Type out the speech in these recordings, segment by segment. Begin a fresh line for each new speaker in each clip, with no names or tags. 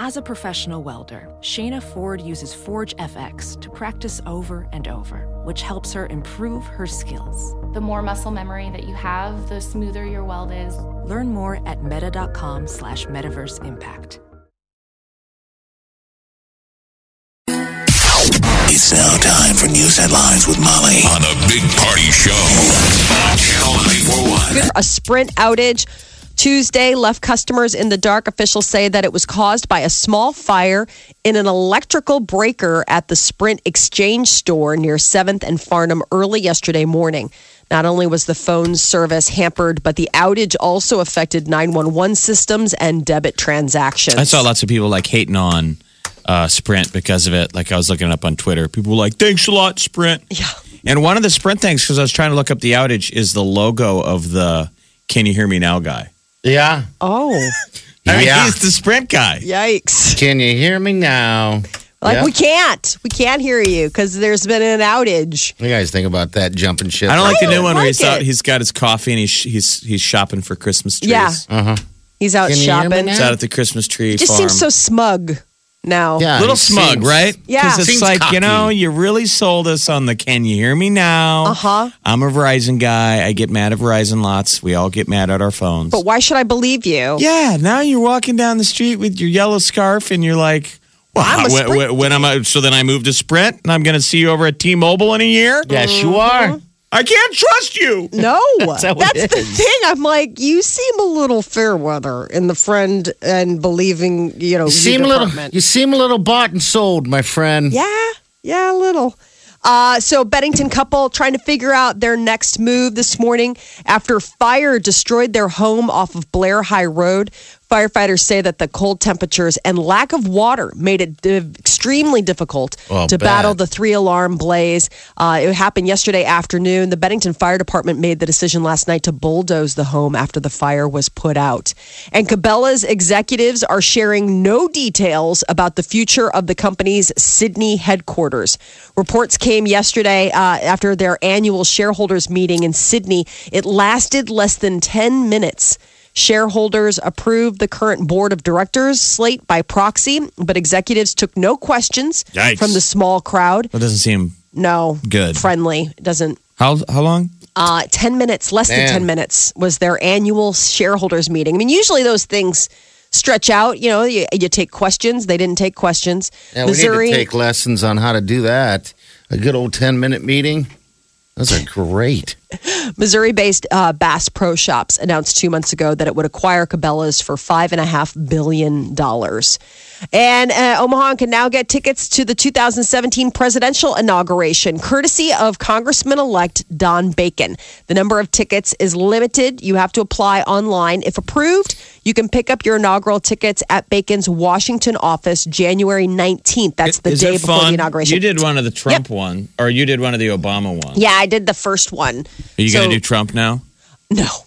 As a professional welder, Shayna Ford uses Forge FX to practice over and over, which helps her improve her skills.
The more muscle memory that you have, the smoother your weld is.
Learn more at meta.com slash metaverse impact.
It's now time for news headlines with Molly on a big party show. on Channel 941.
A sprint outage Tuesday left customers in the dark. Officials say that it was caused by a small fire in an electrical breaker at the Sprint Exchange store near 7th and Farnham early yesterday morning. Not only was the phone service hampered, but the outage also affected 911 systems and debit transactions.
I saw lots of people like hating on uh, Sprint because of it. Like I was looking up on Twitter, people were like, "Thanks a lot, Sprint." Yeah. And one of the Sprint things, because I was trying to look up the outage, is the logo of the "Can you hear me now?" guy.
Yeah.
Oh,
I mean,
Yeah.
he's the Sprint guy.
yikes.
Can you hear me now?
Like,
Yeah.
we can't. We can't hear you because there's been an outage.
What do you guys think about that jumping ship?
I don't like the new
don't
one where he's
Oh, like
out.
it.
He's got his coffee and he's he's he's shopping for Christmas trees.
Yeah.
Uh-huh.
He's out
Can you hear me
shopping.
now?
He's out at the Christmas tree
Just
farm.
seems so smug now.
Yeah.
little
it
smug,
seems-
right?
Yeah.
Because it's
Seems
like
cocky.
you know, you really sold us on the "Can you hear me now?"
Uh-huh.
I'm a Verizon guy. I get mad at Verizon lots. We all get mad at our phones.
But why should I believe you?
Yeah, now you're walking down the street with your yellow scarf and you're like, well,
I'm a
when,
Sprint
when am I? So then I move to Sprint and I'm going to see you over at T Mobile in a year?
Yes,
Mm-hmm.
you are.
I can't trust you.
No, that's,
how it
the
is.
thing. I'm like, you seem a little fair weather in the friend and believing, you know,
You seem a little. You seem a little bought and sold, my friend.
Yeah, yeah, a little. Uh, so, Bennington couple trying to figure out their next move this morning after fire destroyed their home off of Blair High Road. Firefighters say that the cold temperatures and lack of water made it di- extremely difficult
Oh,
to
bet.
battle the three alarm blaze. Uh, it happened yesterday afternoon. The Bennington Fire Department made the decision last night to bulldoze the home after the fire was put out. And Cabela's executives are sharing no details about the future of the company's Sydney headquarters. Reports came yesterday uh, after their annual shareholders meeting in Sydney. It lasted less than 10 minutes. Shareholders approved the current board of directors slate by proxy, but executives took no questions
Yikes.
from the small crowd.
That doesn't seem
No.
Good.
Friendly. It doesn't.
how how long?
Uh, 10 minutes, less than
Man.
10 minutes was their annual shareholders meeting. I mean, usually those things stretch out. You know, you, you take questions. They didn't take questions.
Yeah, we
Missouri.
need to take lessons on how to do that. A good old ten-minute meeting. Those are great.
Missouri based uh, Bass Pro Shops announced two months ago that it would acquire Cabela's for $5.5 billion. And uh, Omaha can now get tickets to the 2017 presidential inauguration, courtesy of Congressman elect Don Bacon. The number of tickets is limited. You have to apply online. If approved, you can pick up your inaugural tickets at Bacon's Washington office January 19th. That's the
Is
day
it
before
fun?
the inauguration.
You did one of the Trump one, or you did one of the Obama one.
Yeah, I did the first one.
Are you going
So-
to do Trump now?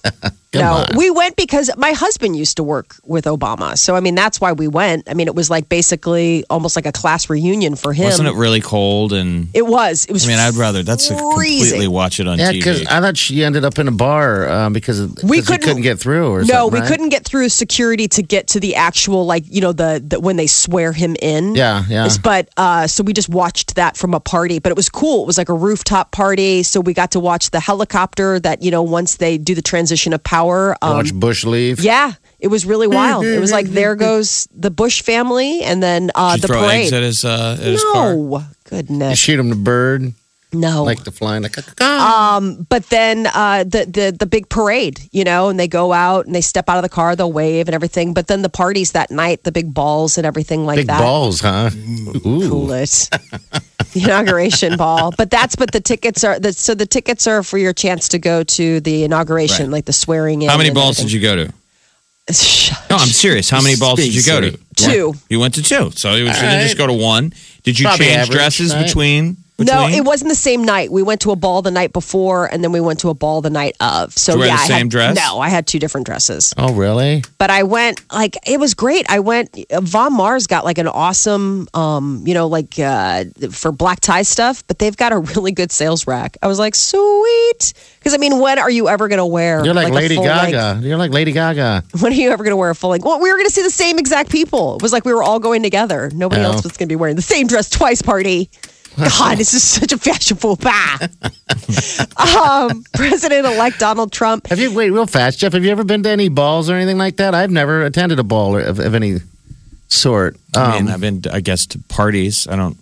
No. no. We went because my husband used to work with Obama. So, I mean, that's why we went. I mean, it was like basically almost like a class reunion for him.
Wasn't it really cold? And
It was. It was.
I mean, I'd rather that's a completely
freezing.
watch it on
Yeah, because
TV.
I thought she ended up in a bar uh, because of-
We
'cause you
couldn't-
couldn't get through. Or
No,
something,
we
right?
couldn't get through security to get to the actual, like, you know, the, the when they swear him in.
Yeah, yeah.
But uh, so we just watched that from a party, but it was cool. It was like a rooftop party. So we got to watch the helicopter that, you know, once they do the transition of power. Um,
Watch Bush leave.
Yeah, it was really wild. It was like there goes the Bush family, and then uh,
Did
the
you throw eggs
parade.
at his, uh, at his car?
no,
You
goodness,
shoot him the bird,
no. Um,
like the flying, like ah.
but then uh, the the the big parade, you know, and they go out and they step out of the car, they'll wave and everything. But then the parties that night, the big balls and everything like
big
that.
balls, huh?
Mm.
Ooh.
Cool it. the inauguration ball. But that's but the tickets are. The, so the tickets are for your chance to go to the inauguration, like the swearing in.
How many balls did you go to?
you?
No, I'm serious. How many balls did you go to?
Speak
Two.
You went to two. So you should
All
just go
right.
to one. Did you
Probably
change
average,
dresses
right?
between?
no,
Between?
it wasn't the same night. We went to a ball the night before, and then we went to a ball the night of. So
Did you wear
yeah,
the
I
same
had,
dress?
No, I had two different dresses.
Oh, really?
But I went like it was great. I went. Von Mars got like an awesome, um, you know, like uh, for black tie stuff. But they've got a really good sales rack. I was like, sweet. Because I mean, when are you ever gonna wear?
You're like,
a
Lady
full length-
Gaga. You're like Lady Gaga.
when are you ever going to wear a full length? Well, we were going to see the same exact people. It was like we were all going together. Nobody
No.
else was going to be wearing the same dress twice. Party. God, this is such a fashion faux pas. um, President-elect Donald Trump.
Have you wait real fast, Jeff? Have you ever been to any balls or anything like that? I've never attended a ball or- of, of any sort.
I mean,
Um,
I've been, I guess, to parties. I don't.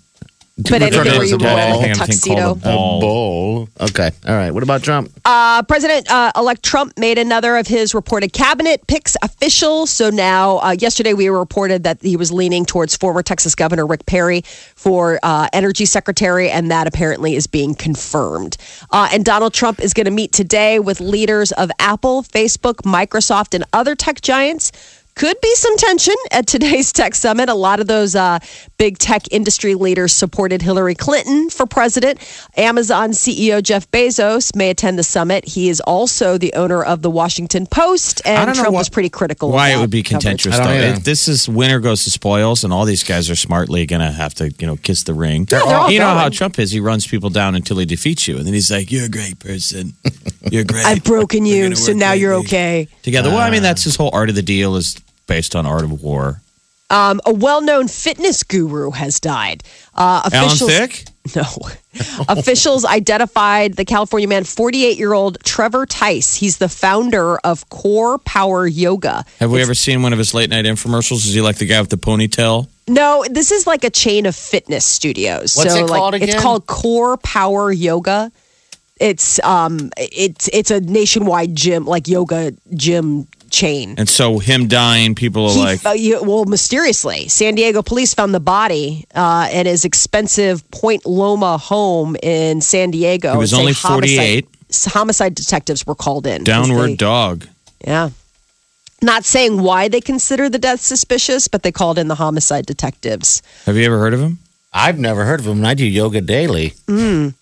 But anything
Regardless
where you
of
wore
all,
like a
anything
tuxedo.
called a ball.
ball. Okay. All right. What about Trump?
Uh, President uh, elect Trump made another of his reported cabinet picks official. So now, uh, yesterday, we were reported that he was leaning towards former Texas Governor Rick Perry for uh, Energy Secretary, and that apparently is being confirmed. Uh, and Donald Trump is going to meet today with leaders of Apple, Facebook, Microsoft, and other tech giants could be some tension at today's tech summit. A lot of those uh, big tech industry leaders supported Hillary Clinton for president. Amazon CEO Jeff Bezos may attend the summit. He is also the owner of the Washington Post,
I
and
don't know
Trump
why-
was pretty critical. of
Why it
that
would be
coverage.
contentious
I
though?
don't either.
It- this is winner goes to spoils, and all these guys are smartly gonna have to, you know, kiss the ring.
they're all
you know how
going.
Trump is? He runs people down until he defeats you, and then he's like, "You're a great person. You're great.
I've broken
We're
you,
gonna
so
work
now you're
lately."
okay.
Together, well, I
Ah.
mean, that's his whole art of the deal is based on art of war.
Um, a well-known fitness guru has died. Uh,
Alan
officials,
Thick.
No. Officials identified the California man, 48 year old Trevor Tice. He's the founder of Core Power Yoga.
Have we ever seen one of his late night infomercials? Is he like the guy with the ponytail?
No, this is like a chain of fitness studios.
What's
so
it
like
called
it's
again?
called Core Power Yoga. It's um it's it's a nationwide gym like yoga gym chain.
And so him dying, people are
He-
like,
uh, you- well, mysteriously, San Diego police found the body uh, at his expensive Point Loma home in San Diego.
He was
It's a
only
homicide-
48.
Homicide detectives were called in. 'cause
downward
they-
dog.
yeah. Not saying why they consider the death suspicious, but they called in the homicide detectives.
Have you ever heard of him?
I've never heard of him. and I do yoga daily.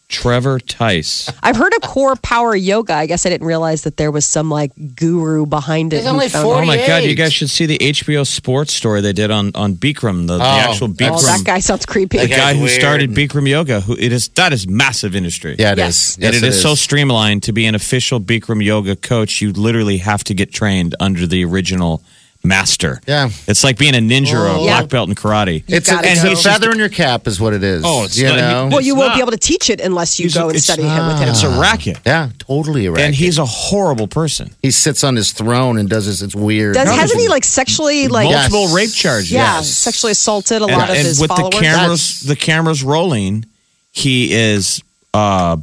Trevor Tice.
I've heard of core power yoga. I guess I didn't realize that there was some like guru behind it.
There's
who
only
found-
Oh my God! You
48.
guys should see the HBO sports story they did on on Bikram, the, the
Oh,
actual
that's-
Bikram,
Oh, that guy sounds creepy.
the guy
guy's
who
weird.
started Bikram Yoga. Who it is? That is massive industry.
Yeah, it
Yes.
is.
and it is, so streamlined to be an official Bikram Yoga coach. You literally have to get trained under the original master.
Yeah.
it's like being a ninja or a
Oh.
black belt in karate.
It's a,
gotta
it's
go.
a feather in your cap, is what it is.
Oh, it's
you
not-
know.
well, you
It's
won't be
not.
able to teach it unless you
He's
go
a-
and
it's
study him with him.
It's a racket,
yeah, totally right.
and he's a horrible person.
he sits on his throne and does this. It's weird.
Does,
No,
hasn't he
it's-
like sexually like
Yes.
Multiple rape charges.
yeah
yes.
sexually assaulted a lot of
and
his
with
followers?
the cameras the cameras rolling he is uh,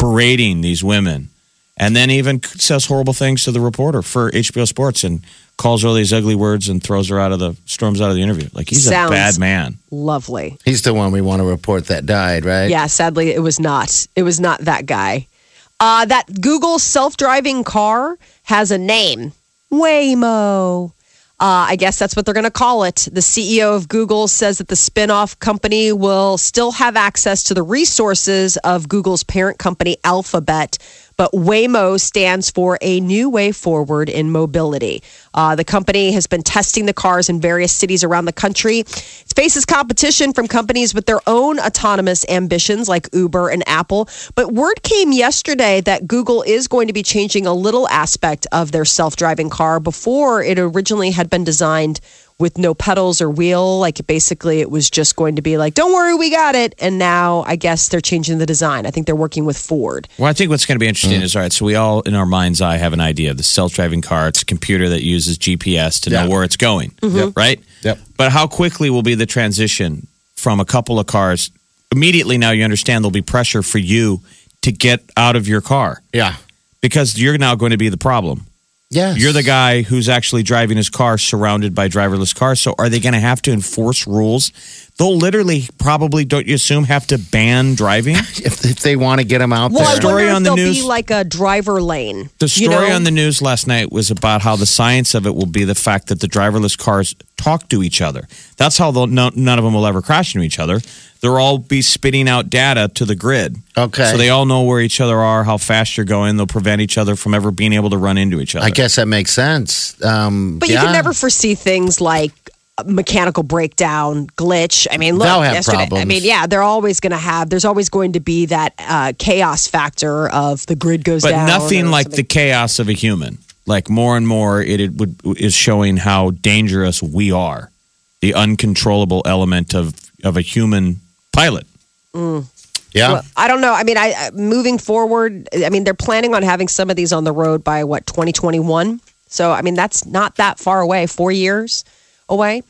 berating these women and then even says horrible things to the reporter for hbo sports and calls her all these ugly words and throws her out of the storms out of the interview like he's
Sounds-
a bad man
Lovely.
He's the one we want to report that died, right?
Yeah, sadly, it was not. It was not that guy. Uh, that Google self driving car has a name Waymo. Uh, I guess that's what they're going to call it. The CEO of Google says that the spin off company will still have access to the resources of Google's parent company, Alphabet. But Waymo stands for a new way forward in mobility. Uh, the company has been testing the cars in various cities around the country. It faces competition from companies with their own autonomous ambitions like Uber and Apple. But word came yesterday that Google is going to be changing a little aspect of their self driving car. Before it originally had been designed with no pedals or wheel. Like basically, it was just going to be like, don't worry, we got it. And now I guess they're changing the design. I think they're working with Ford.
well i think what's going to be interesting is all right so we all in our mind's eye have an idea the self-driving car it's a computer that uses gps to
Yeah.
know where it's going
Mm-hmm.
right
Yep.
But how quickly will be the transition from a couple of cars? Immediately now you understand there'll be pressure for you to get out of your car
Yeah.
because you're now going to be the problem.
Yes.
You're the guy who's actually driving his car surrounded by driverless cars. So are they going to have to enforce rules They'll literally probably, don't you assume, have to ban driving?
If, if they want to get them out
Well, I
there.
story
wonder if
on the
there'll
news-
be like a driver lane.
The
you
story
know?
on the news last night was about how the science of it will be the fact that the driverless cars talk to each other. That's how they'll, no, none of them will ever crash into each other. They'll all be spitting out data to the grid.
Okay.
So they all know where each other are, how fast you're going. They'll prevent each other from ever being able to run into each other.
I guess that makes sense. Um,
But you
yeah.
can never foresee things like uh, mechanical breakdown, glitch. I mean, look,
They'll have
yesterday. I
problems.
mean, yeah, they're always going to have. There's always going to be that uh, chaos factor of the grid goes
but
down.
nothing
or
like the
something.
chaos of a human. Like more and more, it, it would is showing how dangerous we are. The uncontrollable element of of a human pilot.
Yeah.
Well, I don't know. I mean, I I- moving forward. I mean, they're planning on having some of these on the road by what 2021. So I mean, that's not that far away. Four years away.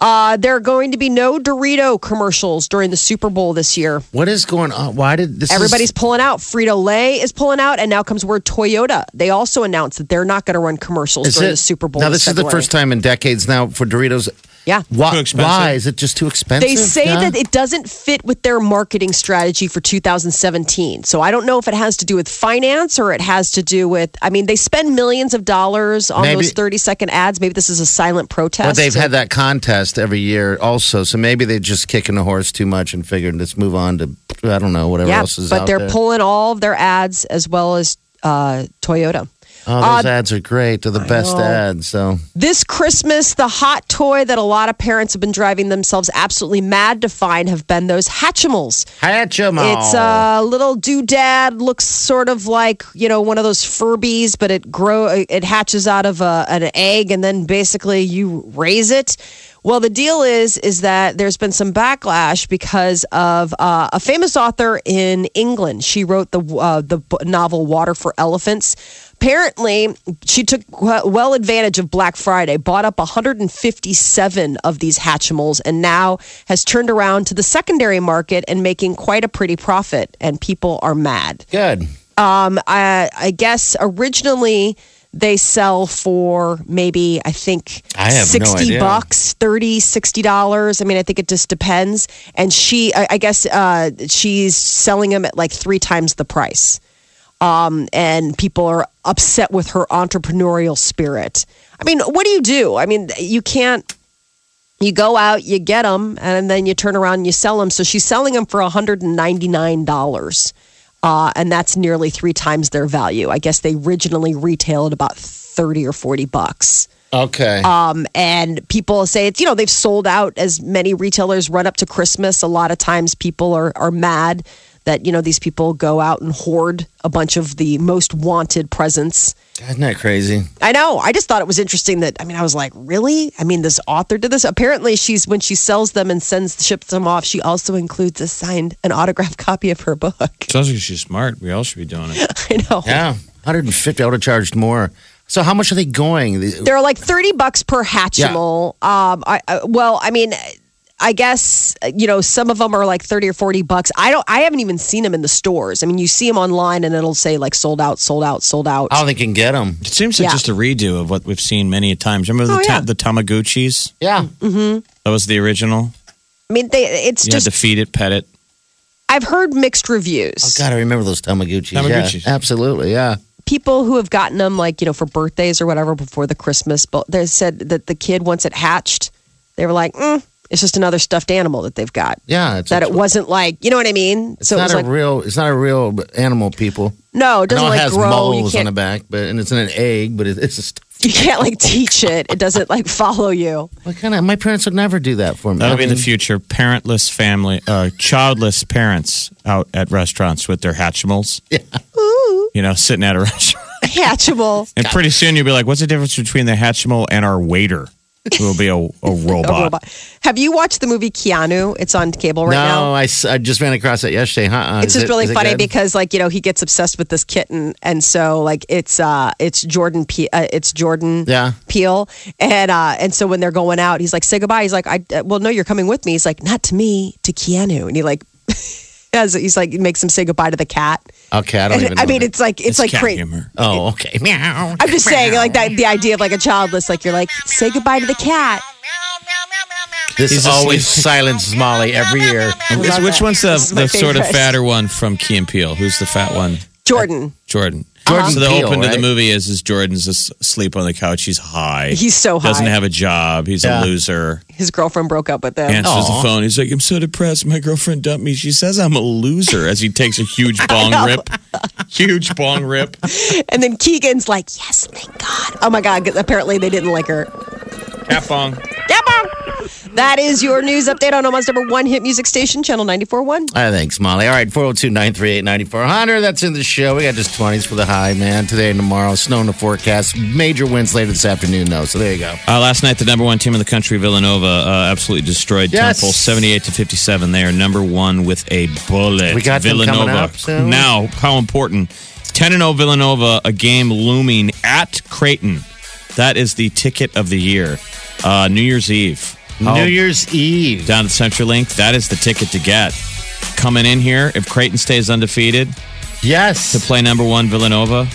Uh, there are going to be no Dorito commercials during the Super Bowl this year.
what is going on? Why did this? is-
Everybody's pulling out. Frito Lay is pulling out, and now comes word Toyota. They also announced that they're not going to run commercials
is
during the
it-
Super Bowl.
Now,
this
this is the
February.
first time in decades now for Doritos.
Yeah.
Too
Why,
expensive?
why? Is it just too expensive?
They say
Yeah.
that it doesn't fit with their marketing strategy for 2017. So I don't know if it has to do with finance or it has to do with. I mean, they spend millions of dollars on
Maybe-
those 30 second ads. Maybe this is a silent protest.
But they've had that contest every year also, so maybe they're just kicking the horse too much and figured let's move on to I don't know whatever
yeah,
else is
but
out
they're
there.
pulling all of their ads as well as uh, Toyota. Uh,
oh, those ads are great. They're the best ads. So
This Christmas, the hot toy that a lot of parents have been driving themselves absolutely mad to find have been those Hatchimals.
hatch 'em all.
It's uh, a little doodad. Looks sort of like you know one of those Furbies, but it grow it hatches out of a, an egg, and then basically you raise it. Well, the deal is is that there's been some backlash because of uh, a famous author in England. She wrote the uh, the b- novel Water for Elephants. Apparently, she took w- well advantage of Black Friday, bought up 157 of these Hatchimals, and now has turned around to the secondary market and making quite a pretty profit. And people are mad.
good.
Um, I, I guess originally they sell for maybe I think
I have no
60
idea.
bucks 30 60 dollars I mean I think it just depends and she I, I guess uh, she's selling them at like three times the price um, and people are upset with her entrepreneurial spirit I mean what do you do I mean you can't you go out you get them and then you turn around and you sell them so she's selling them for $199 uh, and that's nearly three times their value i guess they originally retailed about 30 or 40 bucks
Okay.
um, and people say it's you know they've sold out as many retailers run up to christmas a lot of times people are, are mad that you know these people go out and hoard a bunch of the most wanted presents
Isn't that crazy?
I know. I just thought it was interesting that I mean, I was like, really? I mean, this author did this. Apparently, she's when she sells them and sends ships them off, she also includes a signed, an autographed copy of her book.
Sounds like she's smart. We all should be doing it.
I know.
Yeah. 150. I would have charged more. So how much are they going? The-
They're like thirty bucks per Hatchimal. Um, I, I well, I mean. I guess you know some of them are like thirty or forty bucks. I don't. I haven't even seen them in the stores. I mean, you see them online, and it'll say like sold out, sold out, sold out.
I don't think you can get them.
It seems like
Yeah.
just a redo of what we've seen many times. Remember the,
Oh, yeah.
ta- the Tamaguchis?
Yeah.
That was the original.
I mean, they, it's
You
just.
had to feed it, pet it.
I've heard mixed reviews.
Oh God, I remember those Tamaguchis.
Tamaguchis.
Yeah, absolutely. Yeah.
people who have gotten them like you know for birthdays or whatever before the christmas but they said that the kid once it hatched they were like mm, it's just another stuffed animal that they've got
Yeah. It's
that
it's-
it wasn't like you know what i mean
It's
so it
not
was
a
like
real. It's not a real animal. People.
no it
I
doesn't
know
like
it has
grow you
moles on
can't
the back, but and it's in an egg, but it, it's just
you can't like teach it it doesn't like follow you
What kind of? My parents would never do that for me.
That'll be the
mean,
future. Parentless family, uh, childless parents out at restaurants with their Hatchimals. Yeah. You know, sitting at a restaurant.
hatchable
And pretty soon you'll be like, what's the difference between the Hatchimal and our waiter? Who will be a, a
a
robot.
robot have you watched the movie keanu it's on cable right now
No, I, s- I just ran across it yesterday. Huh?
it's just really funny because like you know he gets obsessed with this kitten and so like it's uh it's jordan Pe- uh, it's jordan
Yeah.
peel and uh and so when they're going out he's like say goodbye he's like i uh, well no you're coming with me he's like not to me to keanu and he like has he's like makes him say goodbye to the cat
Okay, I don't
and
even.
i
know
mean
that.
it's like it's, like
cat
crazy
humor.
Oh, okay. Meow.
i'm just saying like that the idea of like a childless like you're like say goodbye to the cat
This
He's
always
asleep.
silences Molly every year.
Which,
love
which
that.
one's the,
This is my
the sort of
favorite.
fatter one from Key and Peele? Who's the fat one?
Jordan.
Jordan.
Jordan
So the
Peele,
open to
right?
the movie is is Jordan's as- asleep on the couch. He's high.
He's so high.
Doesn't have a job. He's
Yeah.
a loser.
His girlfriend broke up with him.
Answers
Aw.
the phone. He's like, I'm so depressed. My girlfriend dumped me. She says I'm a loser. As he takes a huge bong rip. Huge bong rip.
And then Keegan's like, yes, thank God. Oh my God. 'cause Apparently they didn't like her.
Half bong.
Yeah, Mom. That is your news update on Omaha's number one hit music station, Channel 94.1.
I Ah, thanks, Molly. All right, 402 938 9400. That's in the show. We got just 20s for the high, man. Today and tomorrow. Snow in the forecast. Major winds later this afternoon, though. So there you go.
Uh, last night, the number one team in the country, Villanova, uh, absolutely destroyed
Yes.
Temple, seventy-eight to fifty-seven. They are number one with a bullet.
We got them coming
Villanova
up soon.
now. How important? Ten and zero Villanova, a game looming at Creighton. That is the ticket of the year. Uh, New Year's Eve. How-
New Year's Eve.
down at CenturyLink. That is the ticket to get. Coming in here, if Creighton stays undefeated
Yes.
to play number one Villanova,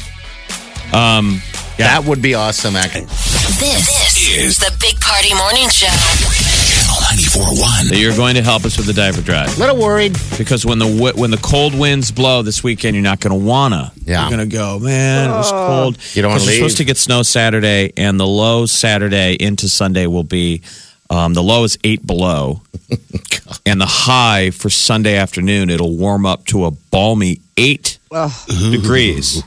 That would be awesome, actually.
This is the Big Party Morning Show.
Channel 941.
that you're going to help us with the diver drive.
little worried.
because when the wi- when the cold winds blow this weekend, you're not going to wanna.
Yeah.
you're going to go, man. It was cold.
You don't wanna
'Cause We're
leave.
supposed to get snow Saturday, and the low Saturday into Sunday will be um, the low is eight below, and the high for Sunday afternoon it'll warm up to a balmy eight degrees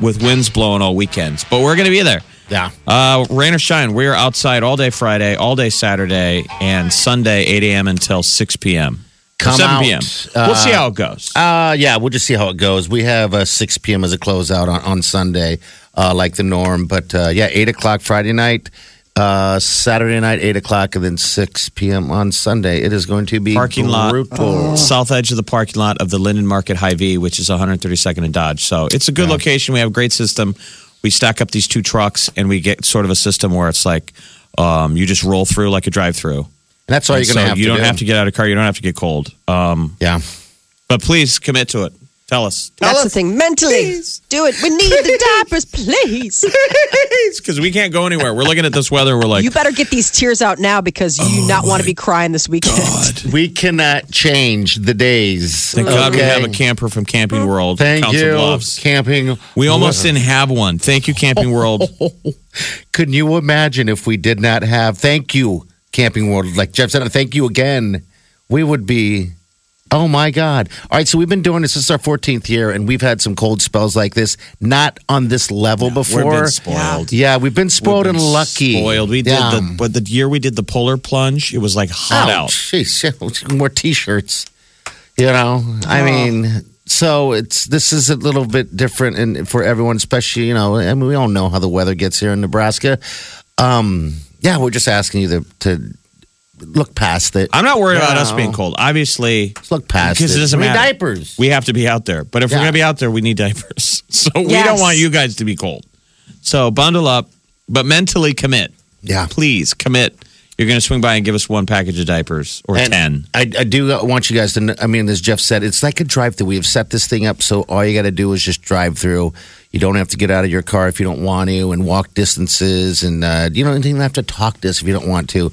with winds blowing all weekends. But we're going to be there.
Yeah.
Uh, rain or shine, we are outside all day Friday, all day Saturday, and Sunday, 8 a.m. until 6 p.m. Or
Come
7
out,
p.m. we'll see how it goes.
Uh, yeah, we'll just see how it goes. We have uh, 6 p.m. as a closeout on, on Sunday, uh, like the norm. But uh, yeah, 8 o'clock Friday night, uh, Saturday night, 8 o'clock, and then 6 p.m. on Sunday. It is going to be
parking lot,
brutal.
south edge of the parking lot of the Linden Market High V, which is 132nd and Dodge. So it's a good location. We have a great system. We stack up these two trucks and we get sort of a system where it's like um, you just roll through like a drive through.
And that's all you're
so
going to have
you
to
don't
do.
have to get out of the car. You don't have to get cold. Um,
Yeah.
but please commit to it. Tell us. Tell
That's the
us.
thing. Mentally, do it. We need the diapers, please.
Because we can't go anywhere. We're looking at this weather. We're like, Oh
You better get these tears out now because you do not want to be crying this weekend.
We cannot change the days.
thank God we
okay?
have a camper from Camping World.
Thank
Council
you.
Bluffs.
Camping.
We almost didn't have one. Thank you, Camping
Oh,
World.
Couldn't you imagine if we did not have? Thank you, Camping World. Like Jeff said, thank you again. We would be. Oh my God. All right. So we've been doing this. This is our 14th year, and we've had some cold spells like this, not on this level
We've
before.
been spoiled.
yeah, we've been spoiled
We've been
and lucky.
Spoiled. We did
yeah.
the but the year we did the polar plunge, it was like hot
Ouch.
out.
Oh, Jeez, yeah, more t-shirts. You know,
Oh.
I mean, so it's this is a little bit different and for everyone, especially you know, I mean, we all know how the weather gets here in Nebraska. Um, yeah, we're just asking you to, to look past it.
I'm not worried about
Yeah.
us being cold. Obviously,
Just look past
because
it.
it doesn't
We need
matter.
diapers.
We have to be out there. But if
Yeah.
we're gonna be out there, we need diapers. So we
Yes.
don't want you guys to be cold. So bundle up, but mentally commit.
yeah.
Please commit. You're gonna swing by and give us one package of diapers or
And
ten.
I, I do want you guys to. Know, I mean, as Jeff said, it's like a drive-through. We have set this thing up so all you got to do is just drive through. You don't have to get out of your car if you don't want to, and walk distances, and uh, you don't even have to talk to us if you don't want to.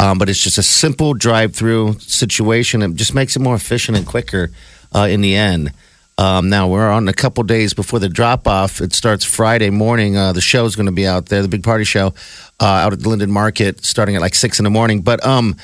Um, but it's just a simple drive-through situation. It just makes it more efficient and quicker uh, in the end. Um, now we're on a couple days before the drop off. It starts Friday morning. Uh, the show's going to be out there, the big party show uh, out at the Linden Market, starting at like six in the morning. But um,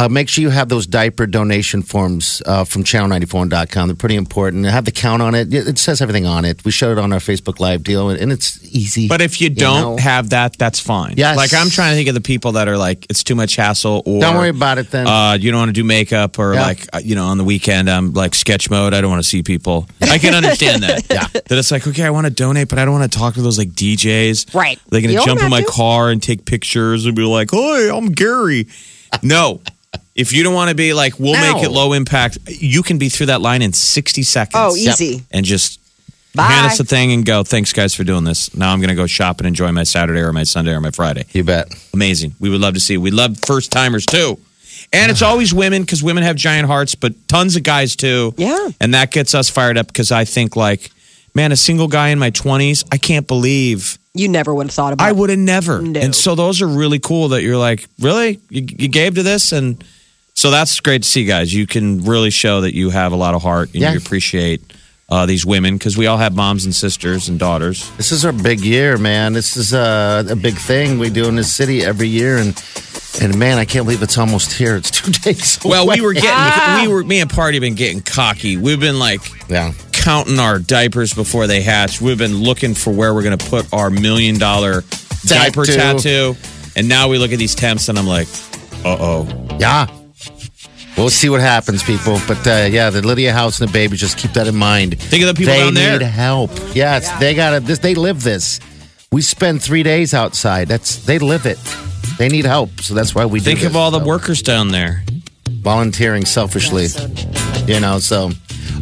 uh, make sure you have those diaper donation forms uh, from channel94.com. They're pretty important. Have the count on it. It it says everything on it. We showed it on our Facebook Live deal, and it's easy.
But if you don't
know.
have that, that's fine.
Yes.
Like I'm trying to think of the people that are like, it's too much hassle or
Don't worry about it then.
Uh, you don't want to do makeup or
Yeah.
like uh, you know on the weekend I'm like sketch mode. I don't want to see people. I can understand that. yeah. That it's like okay, I want to donate, but I don't want to talk to those like DJs.
Right.
They're
You
gonna
don't
jump in
have
my
to.
car and take pictures and be like, "Hey, I'm Gary." No. If you don't want to be like, we'll make
No.
it low impact. You can be through that line in 60 seconds.
Oh, easy.
And just
Bye.
hand us the thing and go. Thanks, guys, for doing this. Now I'm going to go shop and enjoy my Saturday or my Sunday or my Friday.
you bet.
Amazing. We would love to see. We love first timers too. And it's always women because women have giant hearts, but tons of guys too.
Yeah.
And that gets us fired up because I think like man, a single guy in my 20s, I can't believe
You never would have thought about
I
it.
would have never.
No.
And so those are really cool that you're like, really? You, you gave to this? And so that's great to see, guys. You can really show that you have a lot of heart and
Yeah.
you appreciate uh, these women because we all have moms and sisters and daughters.
This is our big year, man. This is uh, a big thing we do in this city every year, and and man, I can't believe it's almost here. It's two days.
Well, we
away.
were getting, we were, me and Party been getting cocky. We've been like,
yeah.
counting our diapers before they hatch. We've been looking for where we're going to put our million dollar diaper
Tattoo.
tattoo. And now we look at these temps and I'm like, uh oh.
Yeah. We'll see what happens, people. But uh, yeah, the Lydia House and the baby, just keep that in mind.
Think of the people
they
down there.
need help. Yes, they gotta this they live this. We spend three days outside. That's they live it. They need help. So that's why we do
Think
this.
of all the
So,
workers down there.
volunteering selfishly. You know, so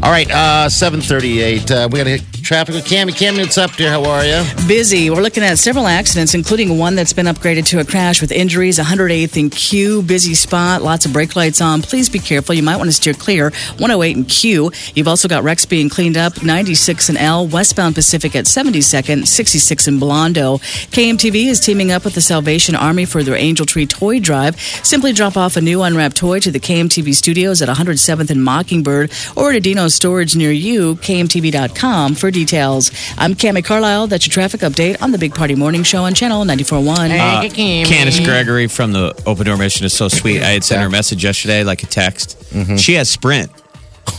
all right, uh seven thirty eight. Uh, we gotta hit traffic with Cammy. Cammy, what's up, dear? How are you?
Busy. We're looking at several accidents, including one that's been upgraded to a crash with injuries. 108th and Q, busy spot, lots of brake lights on. Please be careful. You might want to steer clear. 108 and Q. You've also got Rex being cleaned up. 96 and L, westbound Pacific at 72nd, 66 and Blondo. KMTV is teaming up with the Salvation Army for their Angel Tree Toy Drive. Simply drop off a new unwrapped toy to the KMTV studios at 107th and Mockingbird or to Dino's Storage near you, KMTV.com for details. I'm Cami Carlisle. That's your traffic update on the Big Party Morning Show on Channel 941.
Uh, Candace Gregory from the Open Door Mission is so sweet. I had sent her a message yesterday, like a text.
Mm-hmm.
She has Sprint.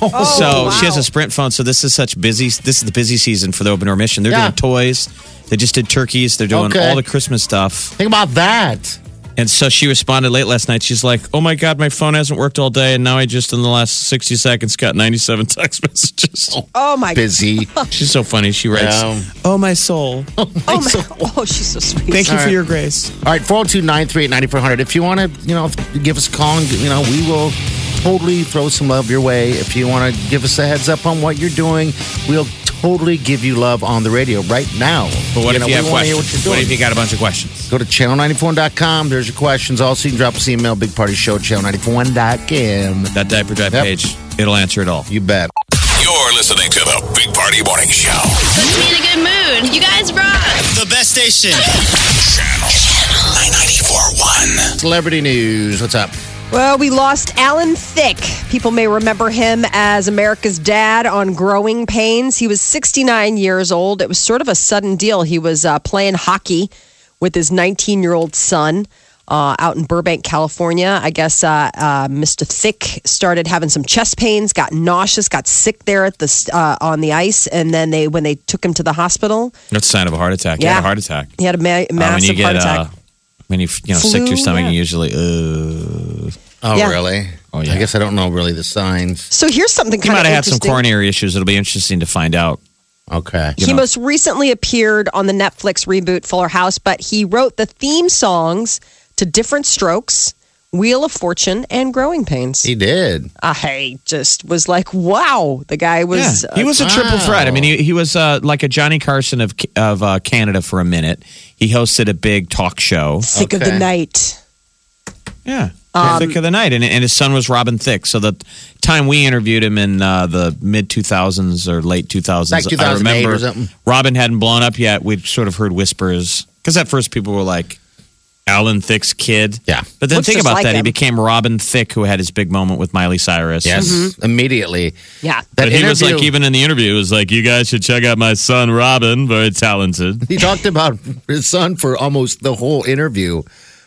Oh,
so she has a Sprint phone. So this is such busy. This is the busy season for the Open Door Mission. They're
Yeah.
doing toys. They just did turkeys. They're doing
Okay.
all the Christmas stuff.
Think about that.
And so she responded late last night. She's like, "Oh my god, my phone hasn't worked all day, and now I just in the last sixty seconds got ninety-seven text messages."
Oh my god.
Busy.
She's so funny. She writes,
Yeah.
"Oh my soul, thank
Oh, my- oh, she's so sweet.
you for your grace."
All right, 402 938 9400. If you want to, you know, give us a call, and, you know, we will totally throw some love your way. If you want to give us a heads up on what you're doing, we'll totally give you love on the radio right now.
But what if
know,
you have
we wanna hear
questions?
what
What,
you're doing.
if you got a bunch of questions?
Go to channel94.com. There's your questions. Also, you can drop us an email, Big Party Show, channel94.com.
That diaper drive
Yep.
page, it'll answer it all.
You bet.
You're listening to the Big Party Morning Show.
Puts me in a good mood. You guys rock.
The best station.
Channel 941.
Celebrity news. What's up?
Well, we lost Alan Thicke. People may remember him as America's dad on Growing Pains. He was 69 years old. It was sort of a sudden deal. He was uh, playing hockey with his 19 year old son uh, out in Burbank, California. I guess uh, uh, Mr. Thicke started having some chest pains, got nauseous, got sick there at the uh, on the ice, and then they when they took him to the hospital,
That's a sign of a heart attack. You
Yeah.
had a heart attack.
he had a ma-
Uh, when you
massive
get
heart attack.
uh, when you you know sick to
Flu,
your stomach,
yeah.
you usually uh,
Oh,
Yeah.
really?
Oh, yeah.
I guess I don't know really the signs.
so here's something
you
kind
might
of
have had some
interesting.
coronary issues. It'll be interesting to find out.
Okay.
he
know.
most recently appeared on the Netflix reboot Fuller House, but he wrote the theme songs to Different Strokes, Wheel of Fortune, and Growing Pains.
He did.
I just was like, wow, the guy was. uh,
Yeah, he was a triple threat. I mean, he, he was uh, like a Johnny Carson of of uh, Canada for a minute. He hosted a big talk show.
sick of the
Okay.
night.
Yeah, thick of the night, and and his son was Robin Thicke. So the time we interviewed him in uh, the mid two thousands or late two thousands,
Like
I
2008
remember
or something.
Robin hadn't blown up yet. We'd sort of heard whispers because at first people were like. Alan Thicke's kid.
Yeah.
But then
Looks
think
just
about
like
that. He
him.
became Robin Thicke, who had his big moment with Miley Cyrus.
Yes. Immediately.
Yeah.
That
But he was like,
interview-
even in the interview, it was like, you guys should check out my son, Robin, very talented.
He talked about his son for almost the whole interview,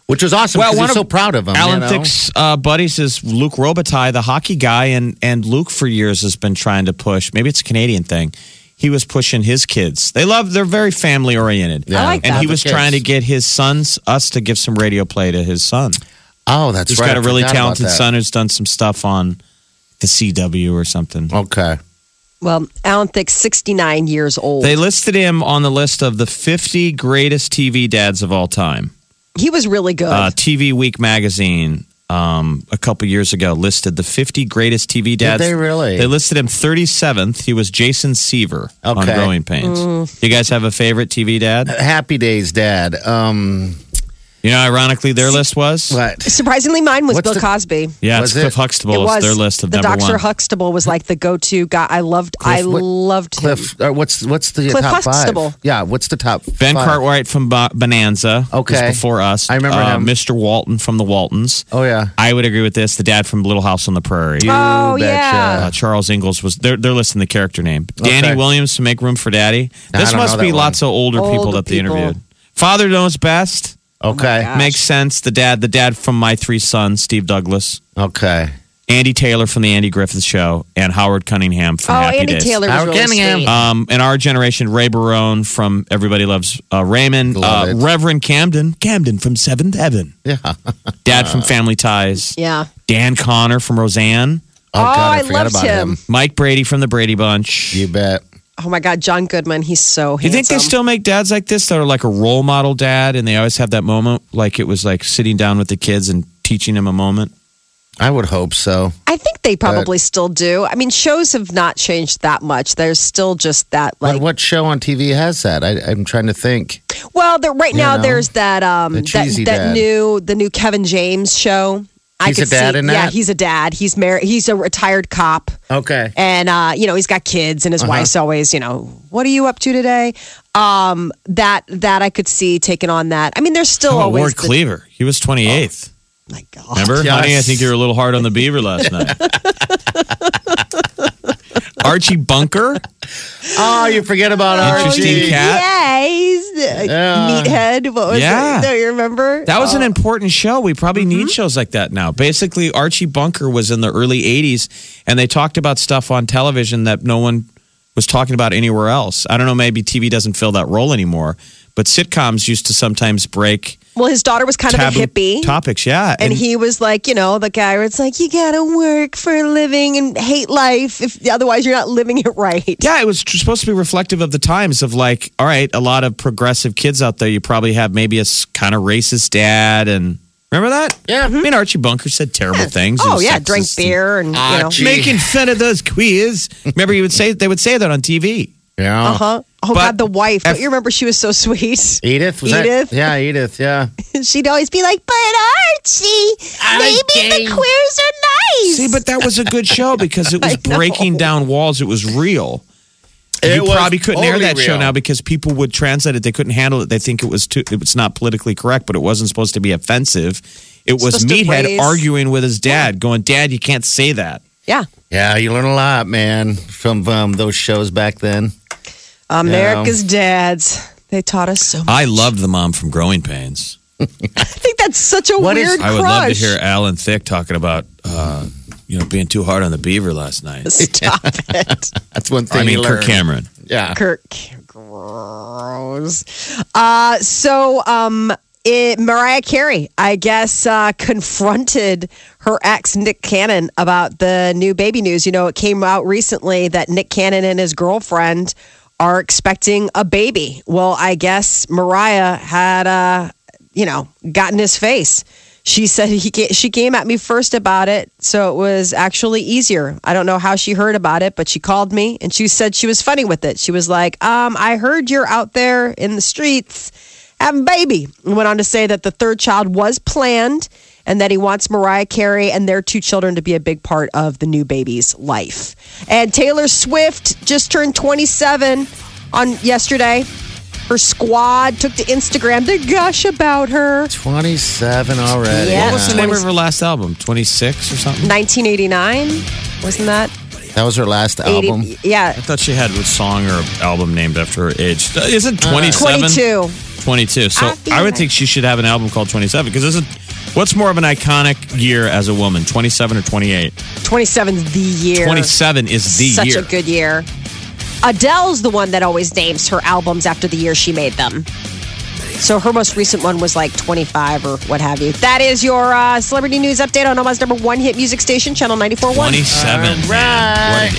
which was awesome.
Well,
Well,
one
he's
of
so proud of him.
Alan
you know?
Thicke's uh, buddies is Luke Robitaille, the hockey guy, and and Luke for years has been trying to push. Maybe it's a Canadian thing. He was pushing his kids. They love. They're very family oriented.
Yeah. I
like
And
that.
he
The
was
kids.
trying to get his sons us to give some radio play to his son.
Oh, that's
He's
right.
got a
I
really
forgot about
talented
that.
son who's done some stuff on the CW or something.
Okay.
Well, Alan Thicke's 69 years old.
They listed him on the list of the 50 greatest TV dads of all time.
he was really good.
uh, TV Week magazine um, a couple years ago listed the 50 greatest TV dads.
they really?
They listed him 37th. He was Jason Seaver on
Okay. Mm.
Growing Pains. You guys have a favorite TV dad?
Happy Days, Dad. Um,
You know, ironically, their list was
But
Surprisingly, mine was
What's
Bill
the-
Cosby.
yeah,
Was
it's Cliff
it?
Huxtable.
It
is
was
their list of
the
number
Doctor
one.
Huxtable was like the go-to guy. I loved. I
Cliff, what-
loved him.
Cliff, or what's what's the
Cliff
top
Huxtable.
five? Yeah, what's the top?
ben
five?
Cartwright from Bo- Bonanza. was
Okay.
before us,
I remember
Uh,
him.
Mr. Walton from the Waltons.
Oh yeah.
I would agree with this. The dad from Little House on the Prairie.
Oh,
betcha.
yeah.
Uh, Charles Ingalls was they're they're listing the character name. Danny
Uh-huh. Okay.
Williams to make room for Daddy.
No, I
This
don't
must
know that
be
one.
lots of older people
Older
that they
people.
interviewed. Father knows best.
Oh,
Okay.
Makes sense. The dad, the dad from My Three Sons, Steve Douglas,
okay.
Andy Taylor from the Andy Griffith Show, and Howard Cunningham from
oh,
Happy
Andy
Days.
Taylor was
Howard
really
Cunningham. Uh,
sweet.
Um, in our generation, Ray Barone from Everybody Loves uh, Raymond,
Love
uh,
it.
Reverend Camden, Camden from Seventh Heaven,
Yeah.
Dad from Family Ties,
yeah.
Dan Connor from Roseanne,
Oh, God,
I
forgot
loved
about
him.
Mike Brady from the Brady Bunch.
You bet.
Oh my God, John Goodman. He's so.
Do you think they
handsome.
still make dads like this that are like a role model dad and they always have that moment like it was like sitting down with the kids and teaching them a moment?
I would hope so.
I think they probably still do. I mean, shows have not changed that much. There's still just that
But
like.
what show on TV has that? I, I'm trying to think.
well, there, right now
know,
there's that um
the
that,
cheesy
that
dad.
new the new Kevin James show. I
He's a
could
dad
see,
in
Yeah,
that?
he's a dad. He's married. He's a retired cop.
Okay.
and uh, you know he's got kids, and his
Uh-huh.
wife's always, you know, what are you up to today? Um, that that I could see taking on that. I mean, there's still
How about
always Oh.
Ward
the-
Cleaver? He was 28th.
my God.
Remember?
Yes.
Honey, I think you were a little hard on the beaver last night. Archie Bunker,
Um,
Oh, you forget about
interesting
Archie.
cat.
Yeah, he's the
Yeah.
Oh, Uh, meathead. What was
Yeah.
that? No, you remember?
That was an important show. We probably
Mm-hmm.
need shows like that now. Basically, Archie Bunker was in the early 80s and they talked about stuff on television that no one was talking about anywhere else. I don't know, maybe TV doesn't fill that role anymore, but sitcoms used to sometimes break
well, his daughter was kind
taboo
of a hippie.
topics. Yeah.
and he was like, you know, the guy where it's like, you gotta work for a living and hate life. If otherwise, you're not living it right.
Yeah, it was tr- supposed to be reflective of the times of like, all right, a lot of progressive kids out there, you probably have maybe a kind of racist dad. And remember that? Yeah. I mean, Archie Bunker said terrible things. He
Mm-hmm. Oh
was
yeah,
sexist
drink
and-
beer and you know.
Archie.
Making fun of those queers. Remember, you would say they would say that on TV.
Yeah.
Huh? Oh
But-
God, the wife! Don't you remember she was so sweet?
Edith was that-
Edith.
Yeah, Edith. Yeah.
She'd always be like, "But Archie, maybe the queers are nice."
See, but that was a good show because it was breaking down walls. It was real. you
It was
probably couldn't air
totally
that show
real.
now because people would translate it. They couldn't handle it. They think it was too. It was not politically correct, but it wasn't supposed to be offensive. It was
Supposed to
Meathead
raise-
arguing with his dad, going, "Dad, you can't say that."
yeah,
Yeah, you learn a lot, man, from um, those shows back then.
America's dads. They taught us so. much.
I loved the mom from Growing Pains.
I think that's such a
What is-
weird
I
crush.
would love to hear Alan Thicke talking about, uh, you know, being too hard on the Beaver last night.
Stop it,
That's one thing.
I mean,
you
Kirk
learn.
Cameron.
Yeah.
Kirk. Gross. Uh, so, um, it, Mariah Carey, I guess, uh, confronted her ex Nick Cannon about the new baby news. You know, it came out recently that Nick Cannon and his girlfriend are expecting a baby. Well, I guess Mariah had uh, you know, got in his face. She said he ca she came at me first about it, so it was actually easier. I don't know how she heard about it, but she called me and she said she was funny with it. She was like, "Um, I heard you're out there in the streets having baby," and went on to say that the third child was planned and that he wants Mariah Carey and their two children to be a big part of the new baby's life. And Taylor Swift just turned 27 on yesterday. Her squad took to Instagram to gush about her.
27 already.
Yeah.
What was the name of her last album? Twenty six or something?
1989, wasn't that?
That was her last
80,
album.
Yeah,
I thought she had a song or album named after her age. Uh, Isn't 27?
22.
22. So I would think she should have an album called 27 because isn't what's more of an iconic year as a woman, 27 or 28?
27's the year.
27 is the
Such
year.
a good year. Adele's the one that always names her albums after the year she made them. So her most recent one was like 25 or what have you. That is your uh, celebrity news update on Omaha's number one hit music station, Channel 94.1.
27. man. What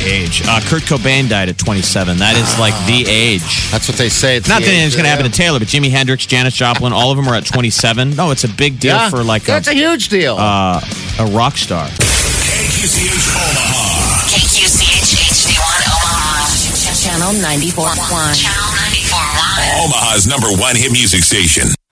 an age. Uh, Kurt Cobain died at 27. That is like the age.
That's what they say. It's
Not
the
that
age
anything's going to
of-
happen to Taylor, but Jimi Hendrix, Janis Joplin, all of them are at 27. No, it's a big deal
Yeah.
for like a, uh,
That's a huge deal.
a rock star.
KQCH Omaha.
KQCH HD1 Omaha. oh Channel 94.1. Channel 94.1.
Omaha's number one hit music station.